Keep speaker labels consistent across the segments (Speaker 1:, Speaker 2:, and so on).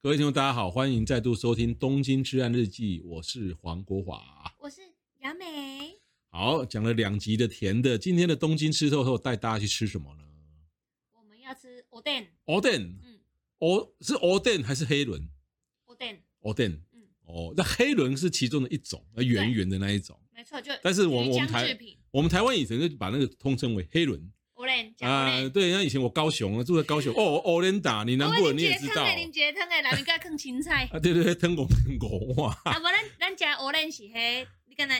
Speaker 1: 各位听众，大家好，欢迎再度收听《东京治安日记》，我是黄国华。
Speaker 2: 我是雅美，
Speaker 1: 好，讲了两集的甜的，今天的东京吃透透带大家去吃什么呢
Speaker 2: 我们要吃 oden，
Speaker 1: ？Oden，
Speaker 2: 嗯
Speaker 1: 哦，是 Oden 还是黑轮
Speaker 2: ，oden，
Speaker 1: ？Oden，
Speaker 2: 嗯，
Speaker 1: 哦，那黑轮是其中的一种，呃，圆圆的那一种。
Speaker 2: 没错，就
Speaker 1: 但是我们
Speaker 2: 鱼
Speaker 1: 我们
Speaker 2: 浆
Speaker 1: 台
Speaker 2: 制品
Speaker 1: 我们台湾以前就把那个通称为黑轮
Speaker 2: oden 讲
Speaker 1: 啊、
Speaker 2: oden。
Speaker 1: 对，那以前我高雄住在高雄，哦，Oden 打你南部人你也知道
Speaker 2: 林杰哦汤诶，人家放 芹菜。
Speaker 1: 啊，对对对，腾狗腾狗哇，
Speaker 2: 啊，无咱咱食 orange 是迄，你敢若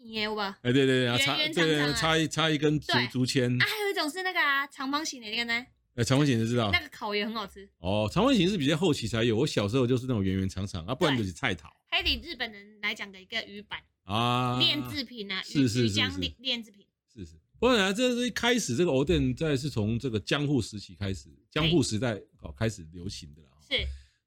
Speaker 2: 圆的有无？啊，
Speaker 1: 哎，对对对，啊
Speaker 2: 圆
Speaker 1: 插
Speaker 2: 圆
Speaker 1: 对对
Speaker 2: 长
Speaker 1: 对
Speaker 2: 长啊
Speaker 1: 插一插一根竹
Speaker 2: 对
Speaker 1: 竹签，
Speaker 2: 还有一种是那个啊，长方形的，你敢知？
Speaker 1: 呃，长方形就知道
Speaker 2: 那个烤也很好吃，
Speaker 1: 哦，长方形是比较后期才有，我小时候就是那种圆圆长长啊，不然
Speaker 2: 对
Speaker 1: 就是菜桃
Speaker 2: 还得日本人来讲的一个鱼板
Speaker 1: 啊，
Speaker 2: 炼制品啊，
Speaker 1: 是
Speaker 2: 鱼鱼
Speaker 1: 是是
Speaker 2: 浆
Speaker 1: 是
Speaker 2: 炼炼制品。
Speaker 1: 是是。不然、啊、这是一开始这个欧店在是从这个江户时期开始，江户时代哦开始流行的啦。
Speaker 2: 是，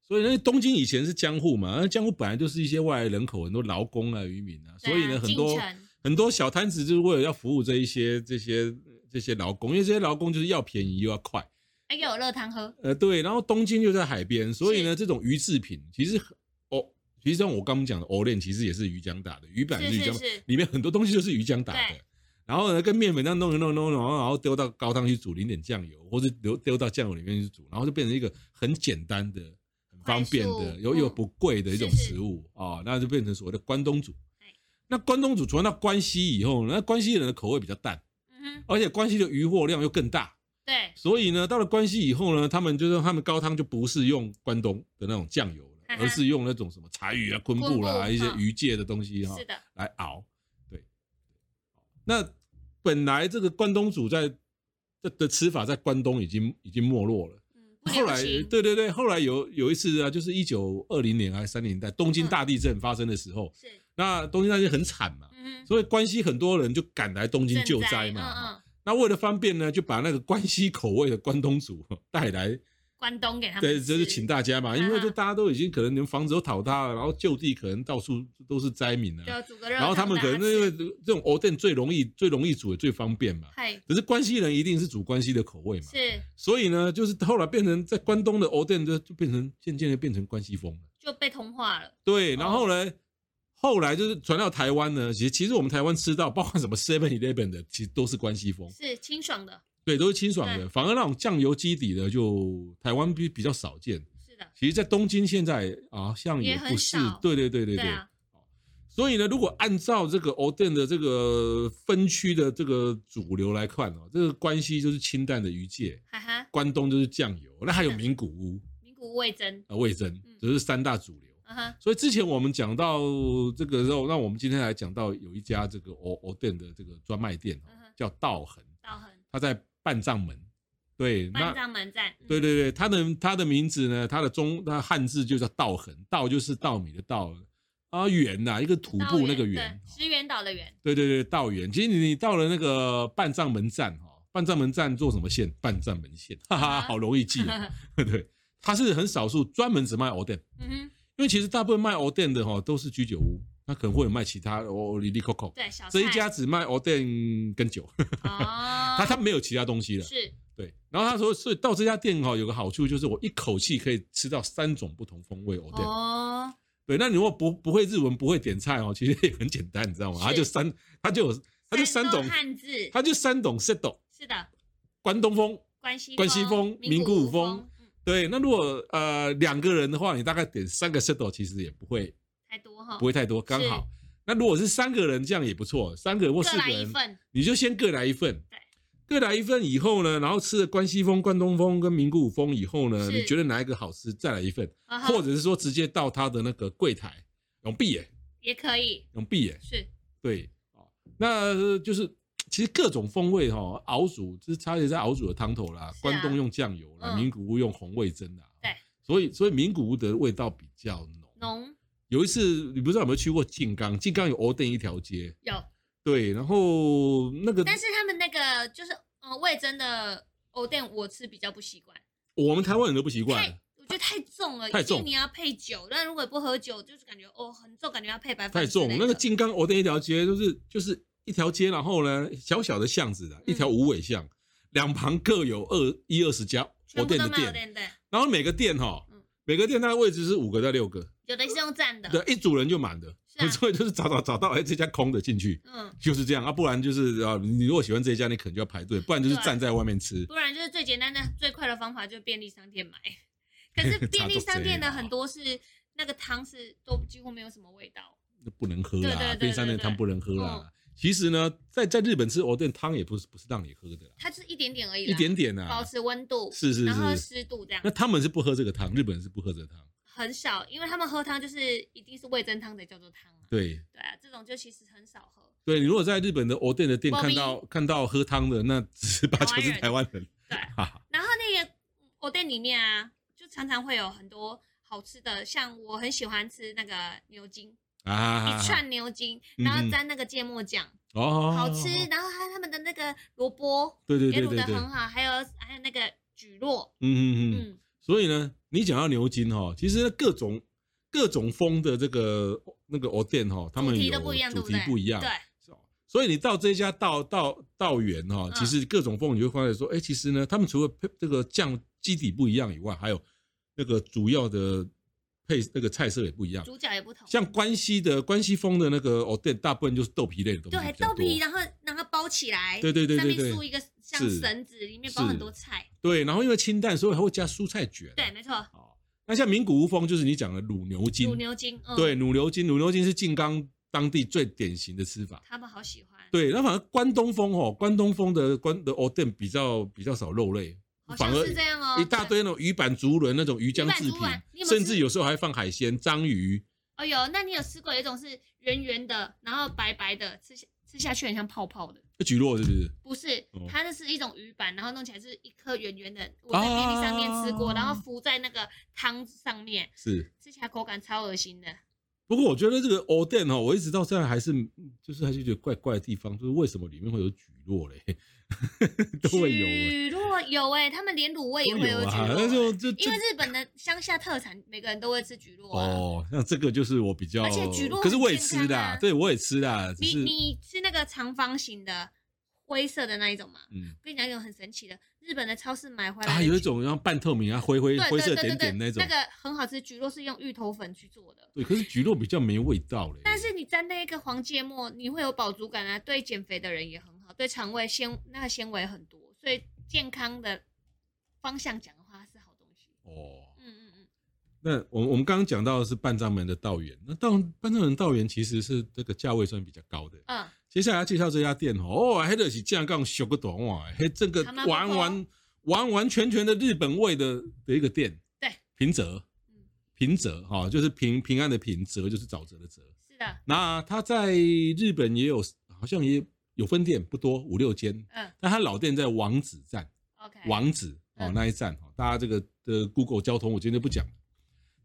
Speaker 1: 所以呢，东京以前是江户嘛，那江户本来就是一些外来人口，很多劳工啊、渔民啊，所以
Speaker 2: 对
Speaker 1: 呢，
Speaker 2: 啊
Speaker 1: 很多
Speaker 2: 进城
Speaker 1: 很多小摊子就是为了要服务这一些这些这些劳工，因为这些劳工就是要便宜又要快，
Speaker 2: 还哎有热汤喝，
Speaker 1: 呃，对，然后东京又在海边，所以呢，这种鱼制品其实很哦，其实像我刚刚讲的藕链，其实也是鱼浆打的，鱼板
Speaker 2: 是
Speaker 1: 鱼
Speaker 2: 是
Speaker 1: 浆，
Speaker 2: 是，
Speaker 1: 里面很多东西都是鱼浆打的
Speaker 2: 对。
Speaker 1: 然后呢，跟面粉这样弄一弄弄一弄，然后丢到高汤去煮，淋点酱油，或者丢丢到酱油里面去煮，然后就变成一个很简单的、很方便
Speaker 2: 快
Speaker 1: 的、
Speaker 2: 速嗯
Speaker 1: 又又不贵的一种
Speaker 2: 是是
Speaker 1: 食物啊、那就变成所谓的关东煮
Speaker 2: 哎。
Speaker 1: 那关东煮传到关西以后呢，那关西人的口味比较淡，
Speaker 2: 嗯哼，
Speaker 1: 而且关西的鱼货量又更大，
Speaker 2: 对，
Speaker 1: 所以呢，到了关西以后呢，他们就是他们高汤就不是用关东的那种酱 油了，
Speaker 2: 哈哈
Speaker 1: 而是用那种什么柴鱼啊、昆布啦、
Speaker 2: 昆布
Speaker 1: 一些
Speaker 2: 嗯
Speaker 1: 鱼界的东西哈、
Speaker 2: 是的，
Speaker 1: 来熬。对，那本来这个关东煮在这的吃法在关东已经已经没落了。
Speaker 2: 嗯，不
Speaker 1: 后
Speaker 2: 流
Speaker 1: 来，
Speaker 2: 行，
Speaker 1: 对对对，后来有有一次啊，就是一九二零年还是哎三零年代东京大地震发生的时候，
Speaker 2: 是，
Speaker 1: 那东京大地震很惨嘛，
Speaker 2: 嗯哼，
Speaker 1: 所以关西很多人就赶来东京救灾嘛。哈
Speaker 2: 嗯嗯，
Speaker 1: 那为了方便呢，就把那个关西口味的关东煮带来，
Speaker 2: 关东给他们
Speaker 1: 对，
Speaker 2: 吃，
Speaker 1: 就是请大家嘛，因为就
Speaker 2: 啊
Speaker 1: 大家都已经可能连房子都倒塌了，然后就地可能到处都是灾民啊，
Speaker 2: 就煮个热
Speaker 1: 然后他们可能因为
Speaker 2: 为
Speaker 1: 这种 o d 最容易最容易煮也最方便嘛，
Speaker 2: 嗨
Speaker 1: 可是关西人一定是煮关西的口味嘛，
Speaker 2: 是
Speaker 1: 所以呢，就是后来变成在关东的 o d 就就变成渐渐的变成关西风了，
Speaker 2: 就被同化了，
Speaker 1: 对，然后呢。后来就是传到台湾呢，其实其实我们台湾吃到，包括什么 Seven Eleven 的，其实都是关西风。
Speaker 2: 是清爽的，
Speaker 1: 对，都是清爽的，
Speaker 2: 对
Speaker 1: 反而那种酱油基底的就台湾比比较少见。
Speaker 2: 是的，
Speaker 1: 其实，在东京现在好像
Speaker 2: 也
Speaker 1: 不
Speaker 2: 很
Speaker 1: 是
Speaker 2: 少，
Speaker 1: 对对对对
Speaker 2: 对
Speaker 1: 对。
Speaker 2: 啊，
Speaker 1: 所以呢，如果按照这个 o d 的这个分区的这个主流来看哦，这个关西就是清淡的鱼介，
Speaker 2: 哈哈，
Speaker 1: 关东就是酱油，那还有
Speaker 2: 是的
Speaker 1: 名古屋
Speaker 2: 名古屋味增，
Speaker 1: 啊、味增
Speaker 2: 嗯，
Speaker 1: 这、是三大主流。
Speaker 2: 嗯哼，
Speaker 1: 所以之前我们讲到这个肉，那我们今天来讲到有一家这个 o o d 的这个专卖店、哦
Speaker 2: 嗯哼，
Speaker 1: 叫道恒，
Speaker 2: 道恒
Speaker 1: 它在半藏门。对，那
Speaker 2: 半藏门站，嗯
Speaker 1: 对，对对，他的他的名字呢，他的中他汉字就叫稻痕，稻就是稻米的稻啊，园呐、一个土
Speaker 2: 道
Speaker 1: 部那个
Speaker 2: 园
Speaker 1: 园，
Speaker 2: 对石原岛的园，
Speaker 1: 对对对，稻园。其实你你到了那个半藏门站哈，半藏门站做什么线？半藏门线，哈哈，
Speaker 2: 啊
Speaker 1: 好容易记、 啊。对，它是很少数专门只卖 o d e n
Speaker 2: 嗯哼，
Speaker 1: 因为其实大部分卖 o d e n 的哈都是居酒屋，那可能会有卖其他哦，里里扣扣。
Speaker 2: 对，小菜
Speaker 1: 这一家只卖 o d e n 跟酒，
Speaker 2: 哦，
Speaker 1: 它它没有其他东西了。
Speaker 2: 是
Speaker 1: 对，然后他说，所以到这家店哈、有个好处就是我一口气可以吃到三种不同风味哦。对，
Speaker 2: 哦，
Speaker 1: 对，那你如果不不会日文不会点菜哦，其实也很简单，你知道吗？
Speaker 2: 是
Speaker 1: 他就三，他就有，他就三种
Speaker 2: 种，汉字，
Speaker 1: 他就三种 set
Speaker 2: 是的，
Speaker 1: 关东风。
Speaker 2: 关西
Speaker 1: 关西风名
Speaker 2: 名
Speaker 1: 古屋
Speaker 2: 屋
Speaker 1: 风，
Speaker 2: 嗯
Speaker 1: 对，那如果呃两个人的话，你大概点三个 set 其实也不会
Speaker 2: 太多哈，
Speaker 1: 不会太多，刚好。那如果是三个人，这样也不错，三个人或
Speaker 2: 各
Speaker 1: 四
Speaker 2: 来
Speaker 1: 个
Speaker 2: 一
Speaker 1: 人，
Speaker 2: 份，嗯
Speaker 1: 你就先各来一份
Speaker 2: 对。
Speaker 1: 各来一份以后呢，然后吃了关西风、关东风跟名古屋风以后呢，
Speaker 2: 是
Speaker 1: 你觉得哪一个好吃，再来一份。
Speaker 2: 啊哈
Speaker 1: 或者是说直接到他的那个柜台用闭眼，
Speaker 2: 也可以，
Speaker 1: 用闭眼，
Speaker 2: 是
Speaker 1: 对啊，那就是其实各种风味哈、熬煮就是差别在熬煮的汤头啦，
Speaker 2: 是啊
Speaker 1: 关东用酱油啦，
Speaker 2: 嗯
Speaker 1: 名古屋用红味噌啦，
Speaker 2: 对，
Speaker 1: 所以所以名古屋的味道比较浓。
Speaker 2: 浓
Speaker 1: 有一次你不知道有没有去过静冈，静冈有欧店一条街，
Speaker 2: 有。
Speaker 1: 对，然后那个
Speaker 2: 但是他们那个就是呃味增的藕店，我吃比较不习惯，
Speaker 1: 我们台湾人都不习惯
Speaker 2: 太。我觉得太重了，
Speaker 1: 太重
Speaker 2: 一定你要配酒，但如果不喝酒，就是感觉哦很重，感觉要配白饭
Speaker 1: 太重
Speaker 2: 之类，的
Speaker 1: 那个静冈欧店一条街就是就是一条街，然后呢小小的巷子
Speaker 2: 嗯
Speaker 1: 啊，一条无尾巷，两旁各有二一二十家欧
Speaker 2: 全部
Speaker 1: 店
Speaker 2: 都
Speaker 1: 的
Speaker 2: 卖藕
Speaker 1: 店，
Speaker 2: 店对，
Speaker 1: 然后每个店哈、
Speaker 2: 嗯
Speaker 1: 每个店它的位置是五个到六个，
Speaker 2: 有的是用站的，
Speaker 1: 对，一组人就满的，
Speaker 2: 是 啊
Speaker 1: 所以就是找找找到哎这家空的进去，
Speaker 2: 嗯，
Speaker 1: 就是这样啊，不然就是啊，你如果喜欢这一家，你可能就要排队，不然就是
Speaker 2: 对
Speaker 1: 站在外面吃。
Speaker 2: 不然就是最简单的、最快的方法就是便利 商店买。可是便利商店的很多是那个汤是都几乎没有什么味道，
Speaker 1: 那不能喝
Speaker 2: 对对
Speaker 1: 啦
Speaker 2: 对，哦
Speaker 1: 便利商店
Speaker 2: 对
Speaker 1: 汤
Speaker 2: 对
Speaker 1: 不能喝啦。其实呢，在在日本吃藕店汤也不是不是让你喝的啦，
Speaker 2: 它就是一点点而已啦，
Speaker 1: 一点点啊
Speaker 2: 保，持温度，
Speaker 1: 是是
Speaker 2: 然后
Speaker 1: 是。
Speaker 2: 湿度这样
Speaker 1: 那，他们是不喝这个汤，日本人是不喝这个汤，
Speaker 2: 很少，因为他们喝汤就是一定是味噌汤才叫做汤啊。
Speaker 1: 对。
Speaker 2: 对啊，这种就其实很少喝。
Speaker 1: 对你如果在日本的藕店的店
Speaker 2: 猫咪
Speaker 1: 看到看到喝汤的，那十八九是
Speaker 2: 台湾
Speaker 1: 台湾
Speaker 2: 人
Speaker 1: 人，
Speaker 2: 哦对，
Speaker 1: 哈哈。
Speaker 2: 然后那个我店里面啊，就常常会有很多好吃的，像我很喜欢吃那个牛筋，
Speaker 1: 啊，
Speaker 2: 一串牛筋，
Speaker 1: 嗯
Speaker 2: 然后
Speaker 1: 嗯
Speaker 2: 沾那个芥末酱，
Speaker 1: 哦，
Speaker 2: 好吃。然后还有他们的那个萝卜
Speaker 1: 对对
Speaker 2: 也
Speaker 1: 对
Speaker 2: 卤
Speaker 1: 对
Speaker 2: 的
Speaker 1: 对，
Speaker 2: 很好，还有还有那个蒟蒻，
Speaker 1: 嗯嗯嗯。
Speaker 2: 嗯，
Speaker 1: 所以呢，你讲到牛筋哈，其实各种各种风的这个那个藕店哈，他们
Speaker 2: 主题
Speaker 1: 有
Speaker 2: 都不一样，对
Speaker 1: 主
Speaker 2: 不
Speaker 1: 题
Speaker 2: 对？
Speaker 1: 不一样，啊
Speaker 2: 对，
Speaker 1: 哦所以你到这家道道道园哈，
Speaker 2: 嗯
Speaker 1: 其实各种风你就会发现说，哎、其实呢，他们除了配这个酱基底不一样以外，还有那个主要的配那个菜色也不一样。
Speaker 2: 主角也不同，
Speaker 1: 像关西的关西风的那个藕店，大部分就是豆皮类的东西
Speaker 2: 对
Speaker 1: 比较
Speaker 2: 豆
Speaker 1: 多
Speaker 2: 皮，然后然后包起来，
Speaker 1: 对对对对
Speaker 2: 上
Speaker 1: 对
Speaker 2: 面竖一个像
Speaker 1: 是
Speaker 2: 绳子，里面包很多菜，
Speaker 1: 对，然后因为清淡，所以还会加蔬菜卷。
Speaker 2: 对，没错，
Speaker 1: 哦，那像名古屋风就是你讲的卤牛筋，
Speaker 2: 卤牛筋，嗯，
Speaker 1: 对，卤牛筋，卤牛筋是静冈当地最典型的吃法。
Speaker 2: 他们好喜欢，
Speaker 1: 对，那反而关东风哦，关东风的关的 o d 比较比较少肉类，
Speaker 2: 好
Speaker 1: 反
Speaker 2: 像
Speaker 1: 而
Speaker 2: 是这样哦，
Speaker 1: 一大
Speaker 2: 对
Speaker 1: 堆那种鱼板竹轮那种鱼浆
Speaker 2: 板
Speaker 1: 制
Speaker 2: 竹轮
Speaker 1: 品，
Speaker 2: 你有没有
Speaker 1: 甚
Speaker 2: 吃
Speaker 1: 至有时候还放海鲜、章鱼。
Speaker 2: 哦有，那你有吃过有一种是圆圆的，然后白白的，吃下吃下去很像泡泡的？
Speaker 1: 菊落是不是？
Speaker 2: 不是
Speaker 1: 哦，
Speaker 2: 它那是一种鱼板，然后弄起来是一颗圆圆的。我在便利商店吃过，
Speaker 1: 啊
Speaker 2: 然后浮在那个汤上面，
Speaker 1: 是。
Speaker 2: 吃起来口感超恶心的。
Speaker 1: 不过我觉得这个 o d 哦，我一直到现在还是就是还是觉得怪怪的地方，就是为什么里面会有菊落嘞？ 都会有欸
Speaker 2: 蒟蒻有哎，他们连卤味也
Speaker 1: 都
Speaker 2: 会有
Speaker 1: 有
Speaker 2: 蒟
Speaker 1: 啊
Speaker 2: 蒻，
Speaker 1: 但是我
Speaker 2: 欸
Speaker 1: 就就
Speaker 2: 因为日本的乡下特产，每个人都会吃蒟蒻啊。
Speaker 1: 哦，那这个就是我比较，
Speaker 2: 而且菊络
Speaker 1: 可是
Speaker 2: 很
Speaker 1: 我也
Speaker 2: 健
Speaker 1: 吃
Speaker 2: 康
Speaker 1: 啦，
Speaker 2: 啊
Speaker 1: 对我也吃啦，只
Speaker 2: 你
Speaker 1: 是
Speaker 2: 你吃那个长方形的灰色的那一种吗？
Speaker 1: 嗯
Speaker 2: 我跟你讲一种很神奇的，日本的超市买回来
Speaker 1: 啊，
Speaker 2: 的
Speaker 1: 有一
Speaker 2: 蒟
Speaker 1: 种像半透明啊，灰灰
Speaker 2: 对
Speaker 1: 灰色
Speaker 2: 对对
Speaker 1: 点
Speaker 2: 对对，
Speaker 1: 点那种
Speaker 2: 那，个很好吃，菊络是用芋头粉去做的。
Speaker 1: 对，可是菊络比较没味道嘞。
Speaker 2: 但是你沾那个黄芥末，你会有饱足感啊，对减肥的人也很好，对肠胃纤那个纤维很多，所以健康的方向讲的话是好东西。
Speaker 1: 哦，
Speaker 2: 嗯嗯嗯，
Speaker 1: 那我们我们刚刚讲到的是半藏门的道园，那道半藏门道园其实是这个价位算比较高的。
Speaker 2: 嗯，
Speaker 1: 接下来要介绍这家店哦，哦，黑的是这样讲小个短碗，黑这个
Speaker 2: 还蛮不错哦
Speaker 1: 完完完完全全的日本味的的一个店。
Speaker 2: 对，
Speaker 1: 平泽
Speaker 2: 嗯，
Speaker 1: 平泽哈、哦，就是平平安的平，泽就是沼泽的泽。
Speaker 2: 是的，
Speaker 1: 那它在日本也有，好像也有分店，不多，五六间。
Speaker 2: 嗯
Speaker 1: 那它老店在王子站，
Speaker 2: ，OK，
Speaker 1: 王子哦
Speaker 2: 嗯
Speaker 1: 那一站哦，大家这个的 Google 交通我今天就不讲了。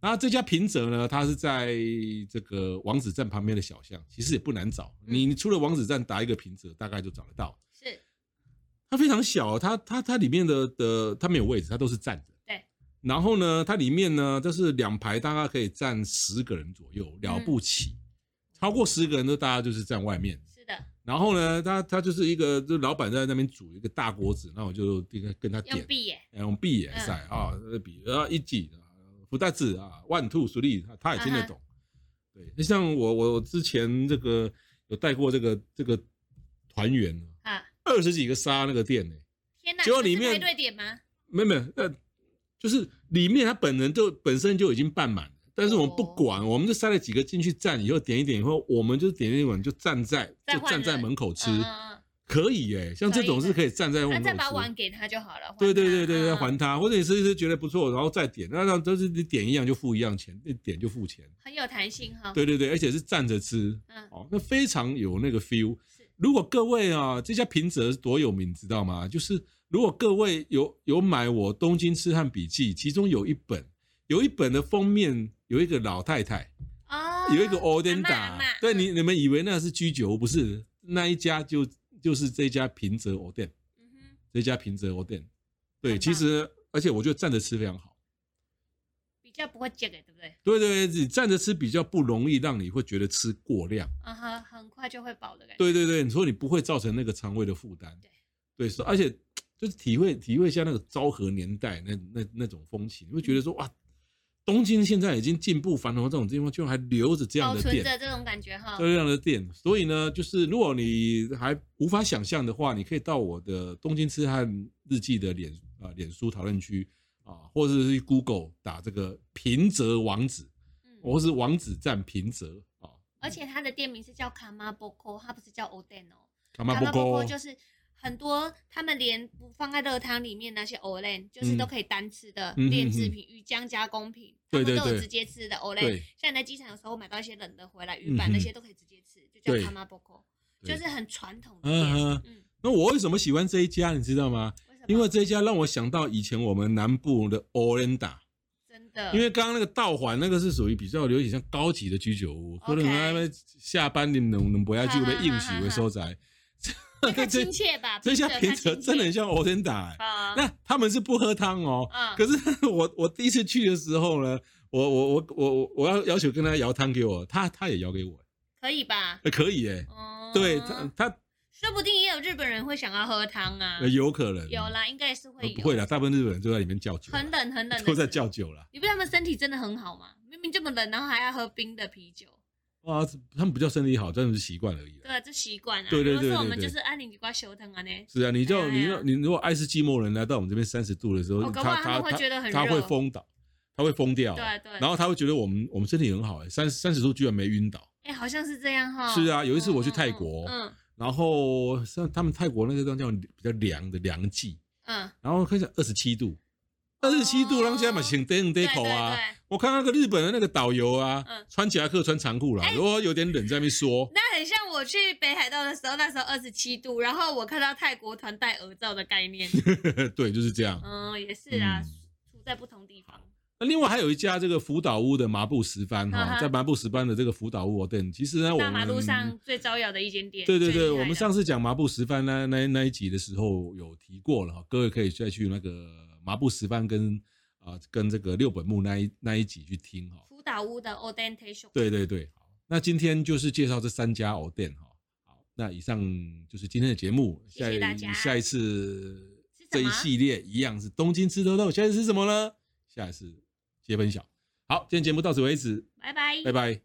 Speaker 1: 那这家平泽呢，它是在这个王子站旁边的小巷，其实也不难找。
Speaker 2: 嗯
Speaker 1: 你你出了王子站打一个平泽，大概就找得到。
Speaker 2: 是
Speaker 1: 它非常小，它它它里面的的它没有位置，它都是站着。
Speaker 2: 对。
Speaker 1: 然后呢，它里面呢，就是两排大概可以站十个人左右，了不起。
Speaker 2: 嗯
Speaker 1: 超过十个人的大家就是站外面。
Speaker 2: 是的，
Speaker 1: 然后呢，他他就是一个，就老板在那边煮一个大锅子，那我就跟他跟他点
Speaker 2: 用，币耶，
Speaker 1: 哎用币也
Speaker 2: 嗯
Speaker 1: 塞啊，那比啊一几啊，福袋子啊，one two three，他他也
Speaker 2: 嗯
Speaker 1: 听得懂。对，那像我我我之前这个有带过这个这个团员啊，
Speaker 2: 啊，
Speaker 1: 二十几个沙那个店呢、
Speaker 2: 天哪，
Speaker 1: 结果
Speaker 2: 你们
Speaker 1: 里
Speaker 2: 是
Speaker 1: 面
Speaker 2: 排队点吗？
Speaker 1: 没有没有，呃，就是里面他本人就本身就已经办满了，但是我们
Speaker 2: 哦
Speaker 1: 不管，我们就塞了几个进去站，以后点一点以后，我们就点一碗就站在
Speaker 2: 再
Speaker 1: 就
Speaker 2: 换
Speaker 1: 站在
Speaker 2: 人
Speaker 1: 门口吃，
Speaker 2: 嗯嗯
Speaker 1: 可以耶、像这种是可以站在
Speaker 2: 嗯，
Speaker 1: 门
Speaker 2: 那
Speaker 1: 口
Speaker 2: 再把
Speaker 1: 吃
Speaker 2: 碗。给他就好了。还
Speaker 1: 对对
Speaker 2: 他
Speaker 1: 对对对，
Speaker 2: 嗯
Speaker 1: 还他，或者你吃一吃觉得不错，然后再点，那那都是你点一样就付一样钱，一点就付钱。
Speaker 2: 很有弹性哈。，
Speaker 1: 对对对，而且是站着吃，
Speaker 2: 嗯，
Speaker 1: 哦，那非常有那个 feel
Speaker 2: 是。
Speaker 1: 如果各位啊，这家平泽多有名，知道吗？就是如果各位有有买我《东京痴汉笔记》，其中有一本，有一本的封面有一个老太太，
Speaker 2: 哦，
Speaker 1: 有一个
Speaker 2: 欧
Speaker 1: o d e n d a 对你，
Speaker 2: 嗯
Speaker 1: 你们以为那是居酒，不是那一家就就是这家平泽 o d e n
Speaker 2: 嗯哼，
Speaker 1: 这家平泽 o d e n
Speaker 2: 很
Speaker 1: 对，
Speaker 2: 棒
Speaker 1: 其实而且我觉得站着吃非常好。
Speaker 2: 比较不会结给，对不对？
Speaker 1: 对对，对你站着吃比较不容易让你会觉得吃过量。
Speaker 2: 嗯哼，很快就会饱的感觉。
Speaker 1: 对对对，你说你不会造成那个肠胃的负担
Speaker 2: 对，
Speaker 1: 对，是，而且
Speaker 2: 嗯
Speaker 1: 就是体会体会一下那个昭和年代那那那种风情，你会觉得说哇，东京现在已经进步繁荣到这种地方，居然还留着这样
Speaker 2: 保
Speaker 1: 的
Speaker 2: 存
Speaker 1: 店，
Speaker 2: 着这种感觉哈。
Speaker 1: 这样的店。所以呢，就是如果你还无法想象的话，你可以到我的东京痴汉日记的脸啊、脸书讨论区啊，或者是去 Google 打这个平泽王子，
Speaker 2: 嗯，
Speaker 1: 或是王子站平泽啊，
Speaker 2: 而且它的店名是叫 Kamaboko，它不是叫 Oden 哦。
Speaker 1: 卡马波
Speaker 2: Kamaboko
Speaker 1: 沟
Speaker 2: 就是很多他们连不放在热汤里面那些 Olen，就是
Speaker 1: 嗯
Speaker 2: 都可以单吃的
Speaker 1: 嗯嗯
Speaker 2: 炼制品、鱼浆加工品，他
Speaker 1: 对
Speaker 2: 们
Speaker 1: 对
Speaker 2: 都有
Speaker 1: 对
Speaker 2: 直接吃的 Olen。
Speaker 1: 对
Speaker 2: 像你在机场有时候买到一些冷的回来，
Speaker 1: 嗯
Speaker 2: 鱼板
Speaker 1: 嗯
Speaker 2: 那些都可以直接吃，就叫
Speaker 1: 对
Speaker 2: Kamaboko，就
Speaker 1: 对
Speaker 2: 是很传统
Speaker 1: 嗯
Speaker 2: 的店。
Speaker 1: 哼。
Speaker 2: 嗯，
Speaker 1: 那我为什么喜欢这一家，你知道吗？
Speaker 2: 为什么？
Speaker 1: 因为这一家让我想到以前我们南部的 Orenda，
Speaker 2: 真的，
Speaker 1: 因为刚刚那个道环那个是属于比较有点像高级的居酒屋，可
Speaker 2: OK
Speaker 1: 能他们下班你能能不要去被应许为收宅。
Speaker 2: 这
Speaker 1: 这
Speaker 2: 亲切吧，
Speaker 1: 这家
Speaker 2: 平
Speaker 1: 平泽真的很像 Orenda，欸、
Speaker 2: 啊，
Speaker 1: 那他们是不喝汤哦。
Speaker 2: 嗯，
Speaker 1: 可是我我第一次去的时候呢，我我我我我我要要求跟他摇汤给我，他他也摇给我，欸
Speaker 2: 可以吧？
Speaker 1: 呃可以哎、
Speaker 2: 哦，
Speaker 1: 对他他、
Speaker 2: 说不定也有日本人会想要喝汤啊
Speaker 1: 呃，有可能
Speaker 2: 有啦，应该也是
Speaker 1: 呃
Speaker 2: 会有，
Speaker 1: 不会啦，大部分日本人都在里面叫酒啦，
Speaker 2: 很冷很冷，
Speaker 1: 都在叫。酒啦。
Speaker 2: 你不知道他们身体真的很好吗？明明这么冷，然后还要喝冰的啤酒，
Speaker 1: 啊，他们不叫身体好，真的是习惯而已啦。
Speaker 2: 对啊，这习惯啊。
Speaker 1: 对对对
Speaker 2: 如果是我们
Speaker 1: 对对
Speaker 2: 就是安宁地瓜修疼啊呢，
Speaker 1: 是啊，你就
Speaker 2: 哎呀
Speaker 1: 你要你如果爱斯基摩人来到我们这边三十度的时候，
Speaker 2: 哦搞不好
Speaker 1: 他
Speaker 2: 他们会
Speaker 1: 他
Speaker 2: 觉得很
Speaker 1: 他
Speaker 2: 热
Speaker 1: 会疯倒，他会疯掉，啊
Speaker 2: 对对。
Speaker 1: 哦然后他会觉得我们我们身体很好、欸，三三十度居然没晕倒。
Speaker 2: 哎，好像是这样哈。
Speaker 1: 是啊有一次我去
Speaker 2: 嗯嗯
Speaker 1: 泰国
Speaker 2: 嗯
Speaker 1: 然后像他们泰国那个地方叫比较凉的凉季，
Speaker 2: 嗯，
Speaker 1: 然后看起来二十七度，二十七度，
Speaker 2: 哦
Speaker 1: 让现在嘛请 d a d
Speaker 2: 对对
Speaker 1: 口啊。
Speaker 2: 哦对，
Speaker 1: 我看那个日本的那个导游啊，
Speaker 2: 嗯
Speaker 1: 穿夹克穿长裤啦，
Speaker 2: 哎
Speaker 1: 如果有点冷在那边说，
Speaker 2: 那很像我去北海道的时候，那时候二十七度，然后我看到泰国团戴耳罩的 概念，
Speaker 1: 对，就是这样。
Speaker 2: 嗯，也是啊，
Speaker 1: 嗯
Speaker 2: 处在不同地方，
Speaker 1: 那另外还有一家这个福岛屋的麻布石帆
Speaker 2: 嗯
Speaker 1: 哈，
Speaker 2: 哼
Speaker 1: 在麻布石帆的这个福岛屋哦，店，其实呢，我
Speaker 2: 大
Speaker 1: 们
Speaker 2: 马路上最招摇的一间店。
Speaker 1: 对对
Speaker 2: 最厉
Speaker 1: 对，
Speaker 2: 害的
Speaker 1: 我们上次讲麻布石帆那那那一集的时候有提过了哈，各位可以再去那个麻布石帆跟啊、跟这个六本木那一那一集去听哈。
Speaker 2: 福岛屋的 o d e n t a t i o n
Speaker 1: 对对对，好，那今天就是介绍这三家藕店哈。好，那以上就是今天的节目，
Speaker 2: 谢谢大家
Speaker 1: 下一次
Speaker 2: 吃
Speaker 1: 这
Speaker 2: 什么
Speaker 1: 一系列一样是东京吃豆豆，下一次是什么呢？下一次揭分晓。好，今天节目到此为止，
Speaker 2: 拜拜，
Speaker 1: 拜拜。